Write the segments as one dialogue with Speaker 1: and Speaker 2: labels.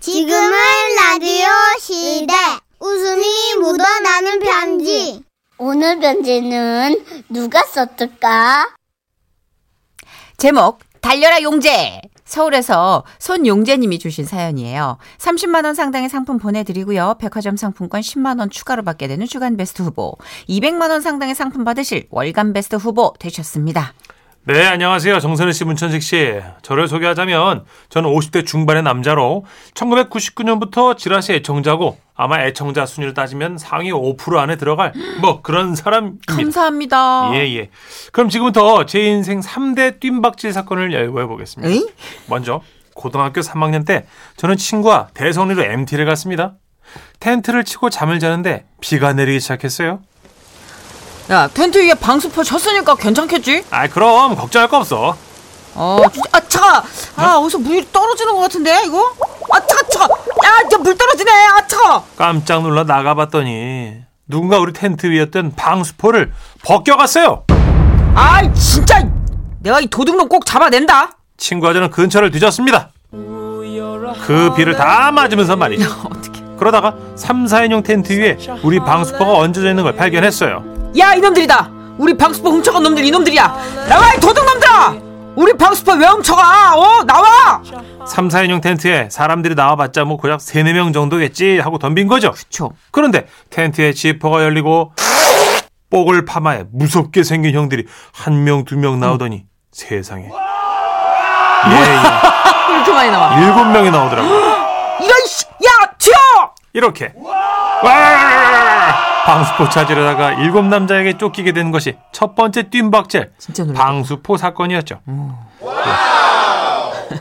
Speaker 1: 지금은 라디오 시대. 웃음이 묻어나는 편지.
Speaker 2: 오늘 편지는 누가 썼을까?
Speaker 3: 제목 달려라 용재 서울에서 손용재님이 주신 사연이에요. 30만 원 상당의 상품 보내드리고요. 백화점 상품권 10만 원 추가로 받게 되는 주간 베스트 후보, 200만 원 상당의 상품 받으실 월간 베스트 후보 되셨습니다.
Speaker 4: 네, 안녕하세요. 정선우 씨, 문천식 씨. 저를 소개하자면 저는 50대 중반의 남자로 1999년부터 지라시 애청자고 아마 애청자 순위를 따지면 상위 5% 안에 들어갈 뭐 그런 사람입니다.
Speaker 3: 감사합니다.
Speaker 4: 예, 예. 그럼 지금부터 제 인생 3대 뜀박질 사건을 열거해 보겠습니다.
Speaker 3: 에이?
Speaker 4: 먼저 고등학교 3학년 때 저는 친구와 대성리로 MT를 갔습니다. 텐트를 치고 잠을 자는데 비가 내리기 시작했어요.
Speaker 3: 야 텐트 위에 방수포 쳤으니까 괜찮겠지?
Speaker 4: 아, 그럼 걱정할 거 없어.
Speaker 3: 어, 진짜, 아 차가, 아 어디서 물이 떨어지는 것 같은데 이거? 아 차가 차가, 야물 떨어지네, 아 차가.
Speaker 4: 깜짝 놀라 나가봤더니 누군가 우리 텐트 위였던 방수포를 벗겨갔어요.
Speaker 3: 아 진짜, 내가 이 도둑놈 꼭 잡아낸다.
Speaker 4: 친구와 저는 근처를 뒤졌습니다. 그 비를 다 맞으면서 말이죠.
Speaker 3: 어떻게?
Speaker 4: 그러다가 3, 4인용 텐트 위에 우리 방수포가 얹어져 있는 걸 발견했어요.
Speaker 3: 야 이놈들이다 우리 방수포 훔쳐간 놈들 이놈들이야 나와 이 도둑놈들아 우리 방수포 왜 훔쳐가 어 나와
Speaker 4: 3, 4인용 텐트에 사람들이 나와봤자 뭐 고작 3, 4명 정도겠지 하고 덤빈 거죠.
Speaker 3: 저
Speaker 4: 그런데 텐트에 지퍼가 열리고 뽀글 파마에 무섭게 생긴 형들이 한 명, 두 명 나오더니 세상에. 예, 예.
Speaker 3: 이렇게 많이 나와
Speaker 4: 일곱 명이 나오더라고요.
Speaker 3: 이런 씨, 야 튀어
Speaker 4: 이렇게 와라라라라라. 방수포 찾으려다가 일곱 남자에게 쫓기게 된 것이 첫 번째 뜀박질
Speaker 3: 진짜 놀랐다. 음.
Speaker 4: 방수포 사건이었죠. 네.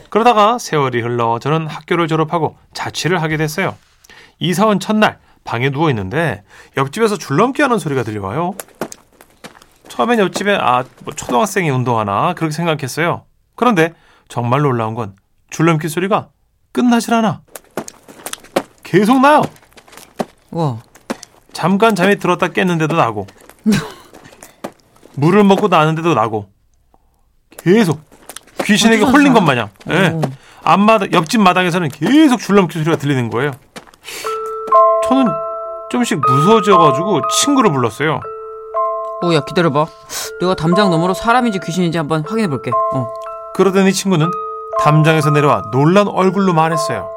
Speaker 4: 그러다가 세월이 흘러 저는 학교를 졸업하고 자취를 하게 됐어요. 이사 온 첫날 방에 누워 있는데 옆집에서 줄넘기 하는 소리가 들려와요. 처음엔 옆집에 아뭐 초등학생이 운동하나 그렇게 생각했어요. 그런데 정말 놀라운 건 줄넘기 소리가 끝나질 않아. 계속 나요.
Speaker 3: 와
Speaker 4: 잠깐 잠이 들었다 깼는데도 나고 물을 먹고 나는데도 나고 계속 귀신에게
Speaker 3: 어디서
Speaker 4: 홀린
Speaker 3: 왔어요?
Speaker 4: 것 마냥 예.
Speaker 3: 음.
Speaker 4: 앞마당 옆집 마당에서는 계속 줄넘기 소리가 들리는 거예요 저는 조금씩 무서워져가지고 친구를 불렀어요
Speaker 3: 어, 오야 기다려봐 내가 담장 너머로 사람인지 귀신인지 한번 확인해 볼게 어
Speaker 4: 그러더니 친구는 담장에서 내려와 놀란 얼굴로 말했어요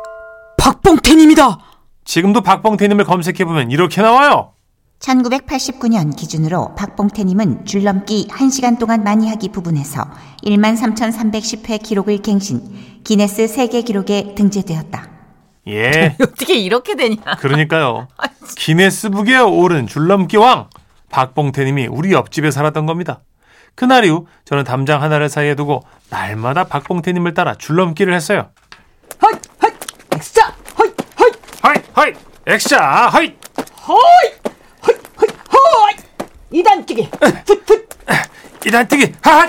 Speaker 3: 박봉태님이다
Speaker 4: 지금도 박봉태님을 검색해보면 이렇게 나와요
Speaker 5: 1989년 기준으로 박봉태님은 줄넘기 1시간 동안 많이 하기 부분에서 13,310회 기록을 갱신, 기네스 세계 기록에 등재되었다.
Speaker 4: 예
Speaker 3: 어떻게 이렇게 되냐
Speaker 4: 그러니까요. 기네스북에 오른 줄넘기 왕 박봉태님이 우리 옆집에 살았던 겁니다. 그날 이후 저는 담장 하나를 사이에 두고 날마다 박봉태님을 따라 줄넘기를 했어요.
Speaker 3: 헐 헐, 엑스자 헐 헐,
Speaker 4: 하이 하이 액샤 하이
Speaker 3: 헐, 헐, 헐, 헐 이단 뛰기 풋풋
Speaker 4: 이단뛰기 하하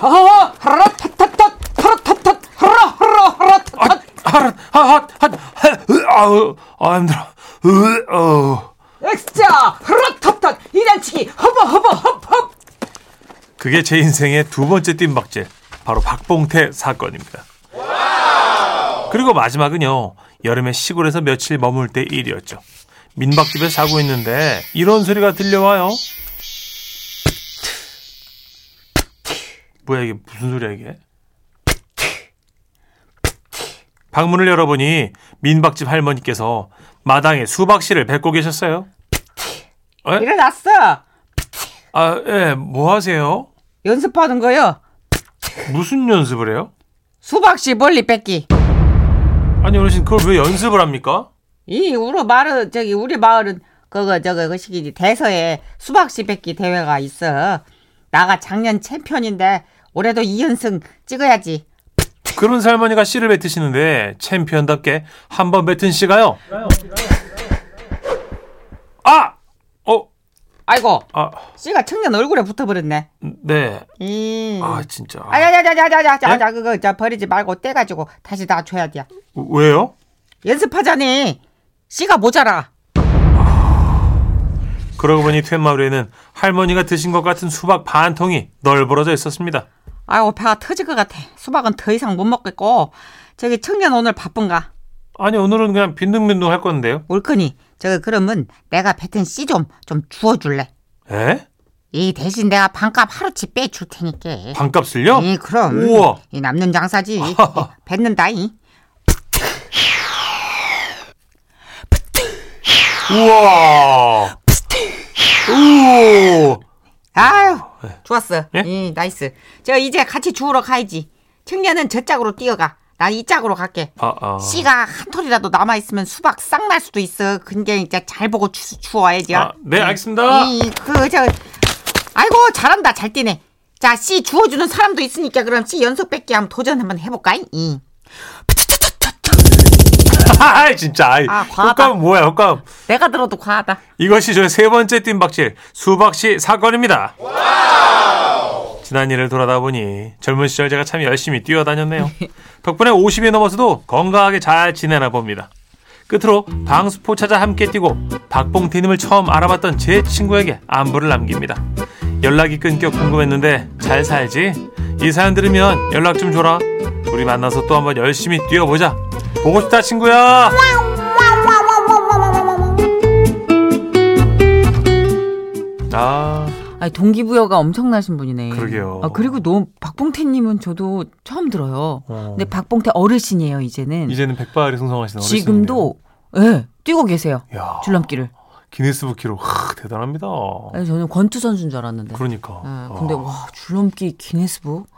Speaker 3: 하하 하라 타타타 하라 타타 하라 하라 하라 타타
Speaker 4: 하하 하하 하하 아 힘들어 으, 어.
Speaker 3: 엑스자 허락탑탑 이단치기 허버 허버 헙헙
Speaker 4: 그게 제 인생의 두 번째 뜀박질 바로 박봉태 사건입니다. 그리고 마지막은요 여름에 시골에서 며칠 머물 때 일이었죠. 민박집에 자고 있는데 이런 소리가 들려와요. 뭐야 이게 무슨 소리야 이게? 방문을 열어보니 민박집 할머니께서 마당에 수박씨를 뱉고 계셨어요. 에?
Speaker 3: 일어났어
Speaker 4: 아, 예, 뭐 하세요?
Speaker 3: 연습하는 거요
Speaker 4: 무슨 연습을 해요?
Speaker 3: 수박씨 멀리 뺏기
Speaker 4: 아니 어르신 그걸 왜 연습을 합니까?
Speaker 6: 이 우리 마을 저기 우리 마을은 그거 저거 그 시기 대서에 수박씨 뺏기 대회가 있어. 나가 작년 챔피언인데 올해도 2연승 찍어야지.
Speaker 4: 그런 할머니가 씨를 뱉으시는데 챔피언답게 한 번 뱉은 씨가요. 아, 어,
Speaker 6: 아이고
Speaker 4: 아,
Speaker 6: 씨가 청년 얼굴에 붙어버렸네.
Speaker 4: 네,
Speaker 6: 음.
Speaker 4: 아 진짜.
Speaker 3: 네?
Speaker 4: 예?
Speaker 6: 아야야야야야야야 그거 저 버리지 말고 떼가지고 다시 다 줘야 돼.
Speaker 4: 왜요?
Speaker 6: 연습하자니 씨가 모자라.
Speaker 4: 그러고 보니 퇴마루에는 할머니가 드신 것 같은 수박 반 통이 널브러져 있었습니다.
Speaker 6: 아이고 배가 터질 것 같아. 수박은 더 이상 못 먹겠고 저기 청년 오늘 바쁜가?
Speaker 4: 아니 오늘은 그냥 빈둥빈둥 할 건데요.
Speaker 7: 올거니 저거 그러면 내가 뱉은 씨 좀 좀 주워줄래?
Speaker 4: 에?
Speaker 7: 이 대신 내가 반값 하루치 빼줄 테니까.
Speaker 4: 반값을요?
Speaker 7: 이 그럼
Speaker 4: 어? 우와.
Speaker 7: 이 남는 장사지. 뱉는다이.
Speaker 4: 우와. 우.
Speaker 7: 아유 좋았어.
Speaker 4: 예?
Speaker 7: 이 나이스. 저 이제 같이 주우러 가야지. 청년은 저 짝으로 뛰어가. 난 이 짝으로 갈게.
Speaker 4: 아, 아.
Speaker 7: 씨가 한 톨이라도 남아 있으면 수박 싹 날 수도 있어. 근데 이제 잘 보고 주, 주워야지.
Speaker 4: 아, 네,
Speaker 7: 음.
Speaker 4: 알겠습니다.
Speaker 7: 이그저 아이고 잘한다 잘 뛰네. 자, 씨 주워주는 사람도 있으니까 그럼 씨 연속 뺏기 한번 도전 한번 해볼까? 이.
Speaker 4: 아, 진짜. 아이,
Speaker 7: 아, 과하다.
Speaker 4: 효과음 뭐야, 효과음.
Speaker 7: 내가 들어도 과하다.
Speaker 4: 이것이 저의 세 번째 뜀박질 수박씨 사건입니다. 지난 일을 돌아다 보니 젊은 시절 제가 참 열심히 뛰어다녔네요. 덕분에 50이 넘어서도 건강하게 잘 지내나 봅니다. 끝으로 방수포 찾아 함께 뛰고 박봉태님을 처음 알아봤던 제 친구에게 안부를 남깁니다. 연락이 끊겨 궁금했는데 잘 살지? 이 사연 들으면 연락 좀 줘라. 우리 만나서 또 한번 열심히 뛰어보자. 보고 싶다 친구야. 아.
Speaker 3: 아니, 동기부여가 엄청나신 분이네.
Speaker 4: 그러게요.
Speaker 3: 아, 그리고 너무 박봉태님은 저도 처음 들어요.
Speaker 4: 어.
Speaker 3: 근데 박봉태 어르신이에요 이제는.
Speaker 4: 이제는 백발이 승성하시는
Speaker 3: 음. 지금도 예 뛰고 계세요.
Speaker 4: 어르신이네요. 야,
Speaker 3: 줄넘기를.
Speaker 4: 기네스북 기록 하, 대단합니다.
Speaker 3: 아니, 저는 권투 선수인 줄 알았는데.
Speaker 4: 그러니까.
Speaker 3: 예, 네. 근데 와 줄넘기 기네스북.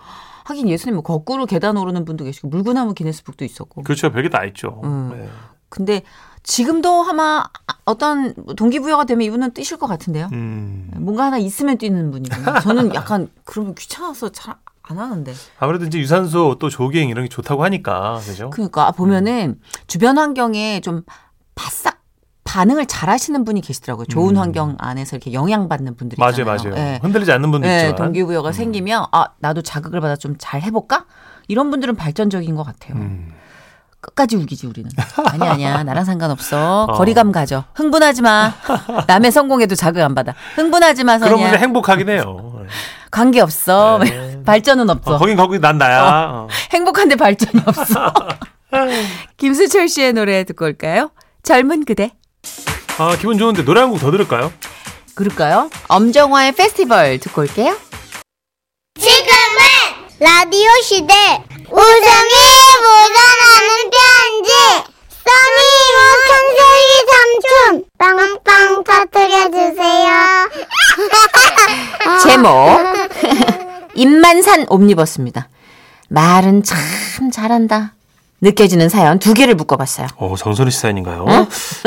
Speaker 3: 하긴 예수님 뭐 거꾸로 계단 오르는 분도 계시고 물구나무 기네스북도 있었고.
Speaker 4: 교체가 별게 뭐 다 있죠.
Speaker 3: 음.
Speaker 4: 네.
Speaker 3: 근데 지금도 아마 어떤 동기부여가 되면 이분은 뛰실 것 같은데요.
Speaker 4: 음.
Speaker 3: 뭔가 하나 있으면 뛰는 분이군요. 저는 약간 그러면 귀찮아서 잘 안 하는데.
Speaker 4: 아무래도 이제 유산소 또 조깅 이런 게 좋다고 하니까 그죠?
Speaker 3: 그러니까 보면은
Speaker 4: 음.
Speaker 3: 주변 환경에 좀 바싹 반응을 잘 하시는 분이 계시더라고요. 좋은
Speaker 4: 음.
Speaker 3: 환경 안에서 이렇게 영향받는 분들이
Speaker 4: 맞아요,
Speaker 3: 있잖아요.
Speaker 4: 맞아요.
Speaker 3: 예.
Speaker 4: 흔들리지 않는 분도
Speaker 3: 예,
Speaker 4: 있지만. 음.
Speaker 3: 동기부여가 생기면 아, 나도 자극을 받아 좀 잘 해볼까? 이런 분들은 발전적인 것 같아요.
Speaker 4: 음.
Speaker 3: 끝까지 우기지 우리는. 아니 아니야 나랑 상관없어.
Speaker 4: 어.
Speaker 3: 거리감 가져. 흥분하지 마. 남의 성공에도 자극 안 받아. 흥분하지 마
Speaker 4: 그런 분들
Speaker 3: 선이야.
Speaker 4: 행복하긴 해요. 네.
Speaker 3: 관계 없어.
Speaker 4: 네.
Speaker 3: 발전은 없어.
Speaker 4: 어, 거긴 거기 난 나야. 어.
Speaker 3: 행복한데 발전이 없어. 김수철 씨의 노래 듣고 올까요? 젊은 그대.
Speaker 4: 아 기분 좋은데 노래 한 곡 더 들을까요?
Speaker 3: 그럴까요? 엄정화의 페스티벌 듣고 올게요.
Speaker 1: 지금은 라디오 시대 웃음이 묻어나는 편지 써니 뭐 우천세기 삼촌 빵빵 터뜨려주세요
Speaker 3: 제목 입만산 옴니버스입니다. 말은 참 잘한다. 느껴지는 사연 두 개를 묶어봤어요.
Speaker 4: 어 정선희 씨 사연인가요?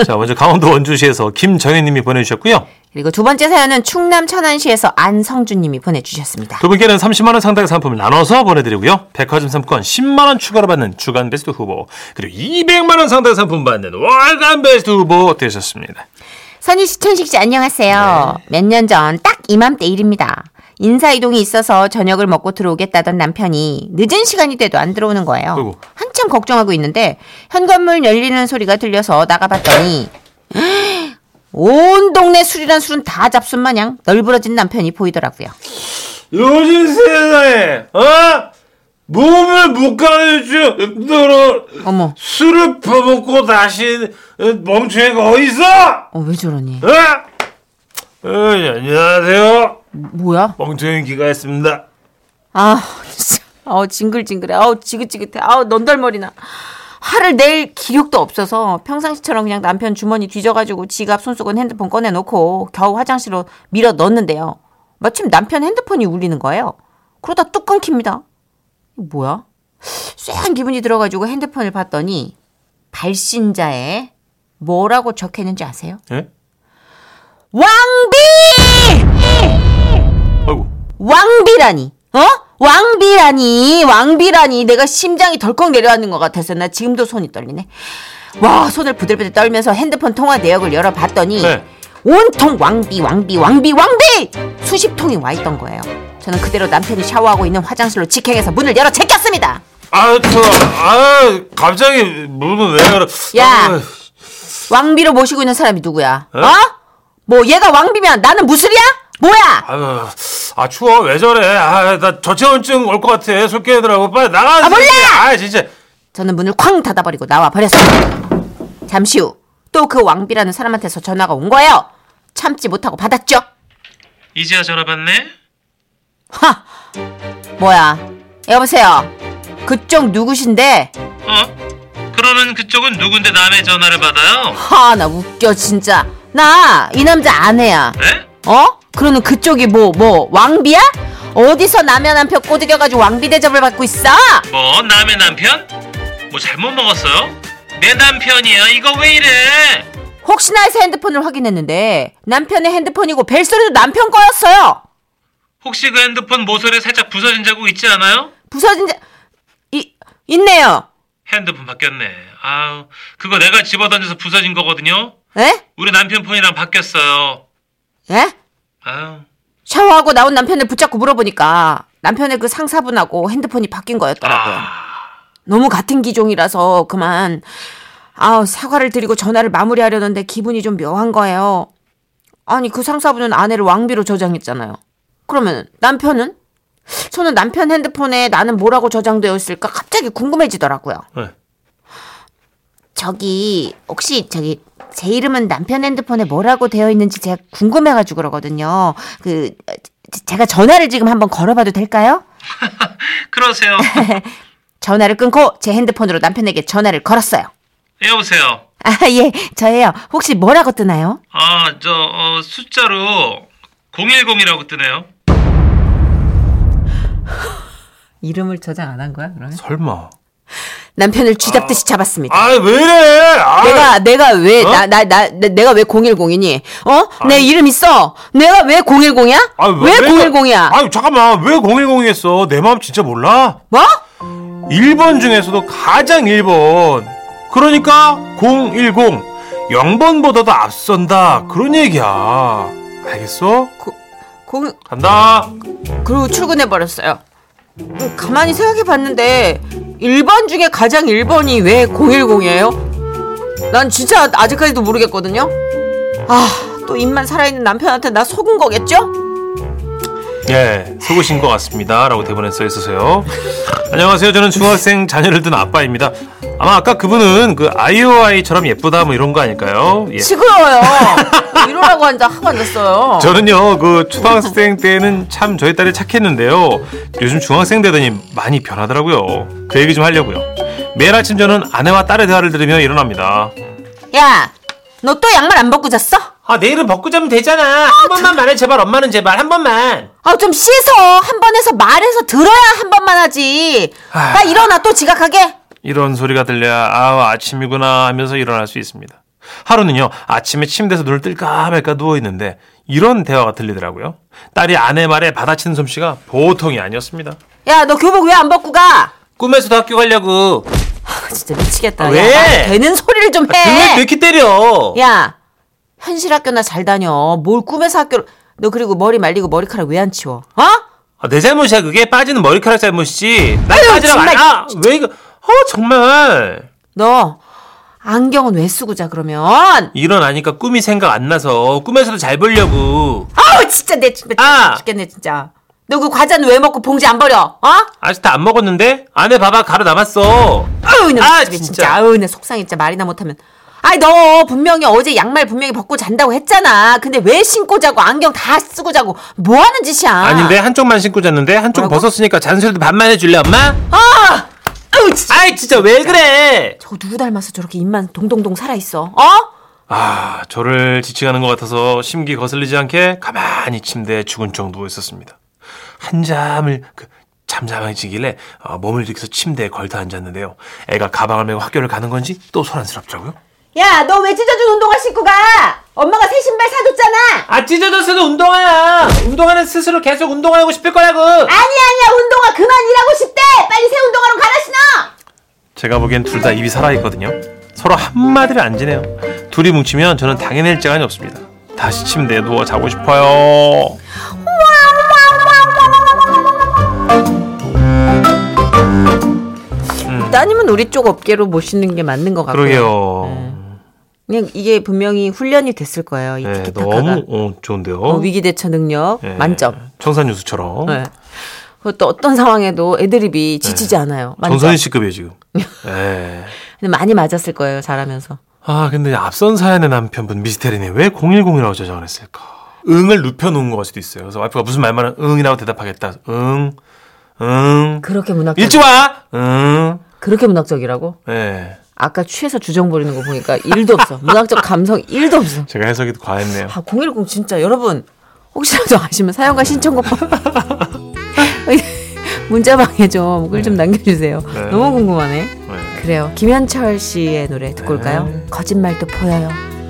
Speaker 4: 자 먼저 강원도 원주시에서 김정혜님이 보내주셨고요.
Speaker 3: 그리고 두 번째 사연은 충남 천안시에서 안성준님이 보내주셨습니다.
Speaker 4: 두 분께는 30만 원 상당의 상품을 나눠서 보내드리고요. 백화점 상품권 10만 원 추가로 받는 주간 베스트 후보 그리고 200만 원 상당의 상품 받는 월간 베스트 후보 되셨습니다.
Speaker 5: 선희 씨, 천식 씨, 안녕하세요.
Speaker 4: 네.
Speaker 5: 몇 년 전 딱 이맘때 일입니다. 인사 이동이 있어서 저녁을 먹고 들어오겠다던 남편이 늦은 시간이 돼도 안 들어오는 거예요.
Speaker 4: 아이고.
Speaker 5: 한참 걱정하고 있는데 현관문 열리는 소리가 들려서 나가봤더니 온 동네 술이란 술은 다 잡순 마냥 널브러진 남편이 보이더라고요.
Speaker 4: 요즘 세상에 어 몸을 못 가는 정도로
Speaker 3: 어머,
Speaker 4: 술을 퍼먹고 다시 어, 멍청이가 어디 있어?
Speaker 3: 어, 왜 저러니?
Speaker 4: 어? 예, 안녕하세요.
Speaker 3: 뭐야?
Speaker 4: 멍청이 기가했습니다.
Speaker 3: 아, 진짜. 아우, 징글징글해. 아우, 지긋지긋해. 아우, 넌덜머리나. 화를 낼 기력도 없어서 평상시처럼 그냥 남편 주머니 뒤져가지고 지갑, 손수건, 핸드폰 꺼내놓고 겨우 화장실로 밀어 넣었는데요. 마침 남편 핸드폰이 울리는 거예요. 그러다 뚝 끊깁니다. 뭐야? 쎄한 기분이 들어가지고 핸드폰을 봤더니 발신자에 뭐라고 적혀있는지 아세요?
Speaker 4: 예?
Speaker 5: 왕비!
Speaker 4: 아이고.
Speaker 5: 왕비라니. 어? 왕비라니. 왕비라니. 내가 심장이 덜컥 내려앉는 것 같아서 나 지금도 손이 떨리네. 와, 손을 부들부들 떨면서 핸드폰 통화 내역을 열어봤더니
Speaker 4: 네.
Speaker 5: 온통 왕비, 왕비, 왕비, 왕비! 수십 통이 와 있던 거예요. 저는 그대로 남편이 샤워하고 있는 화장실로 직행해서 문을 열어 제꼈습니다.
Speaker 4: 아, 저, 아, 갑자기 물은 왜 그래?
Speaker 5: 야.
Speaker 4: 아,
Speaker 5: 왕비로 모시고 있는 사람이 누구야?
Speaker 4: 에?
Speaker 5: 어? 뭐 얘가 왕비면 나는 무술이야? 뭐야?
Speaker 4: 아유, 아 추워 왜 저래? 아 나 저체온증 올 것 같아. 솔깨들하고 빨리 나가.
Speaker 5: 아, 몰라!
Speaker 4: 아 진짜.
Speaker 2: 저는 문을 쾅 닫아버리고 나와 버렸어요. 잠시 후 또 그 왕비라는 사람한테서 전화가 온 거예요. 참지 못하고 받았죠.
Speaker 4: 이제야 전화 받네?
Speaker 2: 하! 뭐야. 여보세요. 그쪽 누구신데?
Speaker 4: 어? 그러면 그쪽은 누군데 남의 전화를 받아요?
Speaker 2: 하, 나 웃겨, 진짜. 나 이 남자 아내야.
Speaker 4: 에?
Speaker 2: 어? 그러는 그쪽이 뭐, 뭐, 왕비야? 어디서 남의 남편 꼬드겨가지고 왕비 대접을 받고 있어?
Speaker 4: 뭐 남의 남편? 뭐 잘못 먹었어요? 내 남편이야 이거 왜 이래?
Speaker 2: 혹시나 해서 핸드폰을 확인했는데 남편의 핸드폰이고 벨소리도 남편 거였어요.
Speaker 4: 혹시 그 핸드폰 모서리에 살짝 부서진 자국 뭐, 있지 않아요?
Speaker 2: 부서진 자, 이, 있네요.
Speaker 4: 핸드폰 바뀌었네. 아우 그거 내가 집어던져서 부서진 거거든요.
Speaker 2: 에?
Speaker 4: 우리 남편 폰이랑 바뀌었어요.
Speaker 2: 에?
Speaker 4: 아유
Speaker 2: 예? 샤워하고 나온 남편을 붙잡고 물어보니까 남편의 그 상사분하고 핸드폰이 바뀐
Speaker 4: 아.
Speaker 2: 거였더라고요. 너무 같은 기종이라서 그만 아우 사과를 드리고 전화를 마무리하려는데 기분이 좀 묘한 거예요. 아니 그 상사분은 아내를 왕비로 저장했잖아요. 그러면 남편은? 저는 남편 핸드폰에 나는 뭐라고 저장되어 있을까 갑자기 궁금해지더라고요.
Speaker 4: 네.
Speaker 2: 저기 혹시 저기 제 이름은 남편 핸드폰에 뭐라고 되어 있는지 제가 궁금해가지고 그러거든요. 그 어, 제- 제가 전화를 지금 한번 걸어봐도 될까요?
Speaker 4: 그러세요.
Speaker 2: 전화를 끊고 제 핸드폰으로 남편에게 전화를 걸었어요.
Speaker 4: 여보세요.
Speaker 2: 아 예 저예요. 혹시 뭐라고 뜨나요?
Speaker 4: 아저 어, 숫자로 010이라고 뜨네요.
Speaker 6: 이름을 저장 안 한 거야? 그러면?
Speaker 4: 설마.
Speaker 2: 남편을 쥐잡듯이 잡았습니다.
Speaker 4: 아 왜 이래? 아, 어?
Speaker 2: 내가 내가 왜 나 나 나 내가 왜 010이니? 어? 내 이름 있어. 내가 왜 010이야?
Speaker 4: 아,
Speaker 2: 왜 010이야?
Speaker 4: 아 잠깐만 왜 010이겠어? 내 마음 진짜 몰라?
Speaker 2: 뭐?
Speaker 4: 1번 중에서도 가장 1번. 그러니까 010 0번보다도 앞선다 그런 얘기야. 알겠어?
Speaker 2: 공
Speaker 4: 간다.
Speaker 2: 그리고 출근해 버렸어요. 음, 가만히 생각해 봤는데 1번 중에 가장 1번이 왜 010이에요? 난 진짜 아직까지도 모르겠거든요. 아, 또 입만 살아있는 남편한테 나 속은 거겠죠?
Speaker 4: 예, 속으신 것 같습니다라고 대본에 써 있으세요. 안녕하세요. 저는 중학생 자녀를 둔 아빠입니다. 아마 아까 그분은 그 아이오아이처럼 예쁘다 뭐 이런 거 아닐까요? 예.
Speaker 2: 시끄러워요. 뭐 이러라고 앉아 하고 앉았어요.
Speaker 4: 저는요 그 초등학생 때는 참 저희 딸이 착했는데요 요즘 중학생 되더니 많이 변하더라고요 그 얘기 좀 하려고요 매일 아침 저는 아내와 딸의 대화를 들으며 일어납니다
Speaker 2: 야, 너 또 양말 안 벗고 잤어?
Speaker 8: 아 내일은 벗고 자면 되잖아 한 번만 말해 제발 엄마는 제발 한 번만
Speaker 2: 아, 좀 씻어. 한 번에서 말해서 들어야 한 번만 하지.
Speaker 8: 아.
Speaker 2: 나 일어나 또 지각하게.
Speaker 4: 이런 소리가 들려야 아 아침이구나 하면서 일어날 수 있습니다 하루는요 아침에 침대에서 눈을 뜰까 말까 누워있는데 이런 대화가 들리더라고요 딸이 아내 말에 받아치는 솜씨가 보통이 아니었습니다
Speaker 2: 야, 너 교복 왜 안 벗고 가?
Speaker 8: 꿈에서도 학교 가려고
Speaker 2: 아, 진짜 미치겠다.
Speaker 8: 아,
Speaker 2: 야,
Speaker 8: 왜? 아,
Speaker 2: 나한테 되는 소리를 좀 해.
Speaker 8: 등을 왜 이렇게 때려
Speaker 2: 야, 현실 학교나 잘 다녀. 뭘 꿈에서 학교를. 너 그리고 머리 말리고 머리카락 왜 안 치워? 어?
Speaker 8: 아, 내 잘못이야 그게 빠지는 머리카락 잘못이지 나
Speaker 2: 아유,
Speaker 8: 빠지라고
Speaker 2: 정말.
Speaker 8: 안아왜 이거 어 정말
Speaker 2: 너 안경은 왜 쓰고 자 그러면?
Speaker 8: 일어나니까 꿈이 생각 안 나서 꿈에서도 잘 보려고
Speaker 2: 아우 진짜 내 진짜
Speaker 8: 아!
Speaker 2: 죽겠네 진짜. 너 그 과자는 왜 먹고 봉지 안 버려? 어?
Speaker 8: 아직 다 안 먹었는데 안에 봐봐 가루 남았어
Speaker 2: 아우 나
Speaker 8: 아,
Speaker 2: 미치겠네,
Speaker 8: 진짜.
Speaker 2: 아우 내 속상해 진짜 말이나 못하면. 아니 너 분명히 어제 양말 분명히 벗고 잔다고 했잖아. 근데 왜 신고 자고 안경 다 쓰고 자고 뭐 하는 짓이야?
Speaker 8: 아닌데 한쪽만 신고 잤는데 한쪽 은
Speaker 2: 뭐라고?
Speaker 8: 벗었으니까 잔소리도 반만 해줄래 엄마?
Speaker 2: 아! 아우 진짜.
Speaker 8: 아이 진짜 왜 그래?
Speaker 2: 저거 누구 닮아서 저렇게 입만 동동동 살아 있어? 어?
Speaker 4: 아 저를 지칭하는 것 같아서 심기 거슬리지 않게 가만히 침대에 주근쩍 누워 있었습니다. 한잠을 그 잠잠해지길래 어, 몸을 일으켜서 침대에 걸터 앉았는데요. 애가 가방을 메고 학교를 가는 건지 또 소란스럽더라고요.
Speaker 2: 야, 너 왜 찢어준 운동화 신고 가? 엄마가 새 신발 사줬잖아.
Speaker 8: 아 찢어졌어도 운동화야. 운동화는 스스로 계속 운동하고 싶을 거라고.
Speaker 2: 아니 아니야, 운동화 그만 일하고 싶대. 빨리 새 운동화로 갈아 신어.
Speaker 4: 제가 보기엔 둘 다 입이 살아있거든요. 서로 한마디를 안 지내요. 둘이 뭉치면 저는 당해낼 시간이 없습니다. 다시 침대에 누워 자고 싶어요.
Speaker 2: 음. 따님은 우리 쪽 업계로 모시는 게 맞는 것 같고요.
Speaker 4: 그러게요.
Speaker 2: 그냥 이게 분명히 훈련이 됐을 거예요. 이
Speaker 4: 네,
Speaker 2: 티키타카가
Speaker 4: 너무 어, 좋은데요.
Speaker 2: 어, 위기 대처 능력
Speaker 4: 예,
Speaker 2: 만점.
Speaker 4: 청산 뉴스처럼.
Speaker 2: 네. 그것도 어떤 상황에도 애드립이 지치지 않아요. 많이
Speaker 4: 네. 전선희 씨급이에요 지금. 예.
Speaker 2: 짜- 근데 많이 맞았을 거예요. 잘하면서.
Speaker 4: 아 근데 앞선 사연의 남편분 미스테리네 왜 010이라고 저장을 했을까? 응을 눕혀놓은 걸 수도 있어요. 그래서 와이프가 무슨 말만 응이라고 대답하겠다. 응, 응.
Speaker 2: 그렇게 문학적
Speaker 4: 일찍 와. 응.
Speaker 2: 그렇게 문학적이라고?
Speaker 4: 예.
Speaker 2: 아까 취해서 주정 부리는 거 보니까 일도 없어. 문학적 감성 일도 없어.
Speaker 4: 제가 해석이 과했네요.
Speaker 2: 아, 010 진짜 여러분 혹시라도 아시면 사연과 신청곡 문자방에 좀 글 좀 남겨주세요.
Speaker 4: 네.
Speaker 2: 너무 궁금하네.
Speaker 4: 예. 네.
Speaker 2: 그래요. 김현철 씨의 노래 듣고 올까요? 거짓말도 보여요.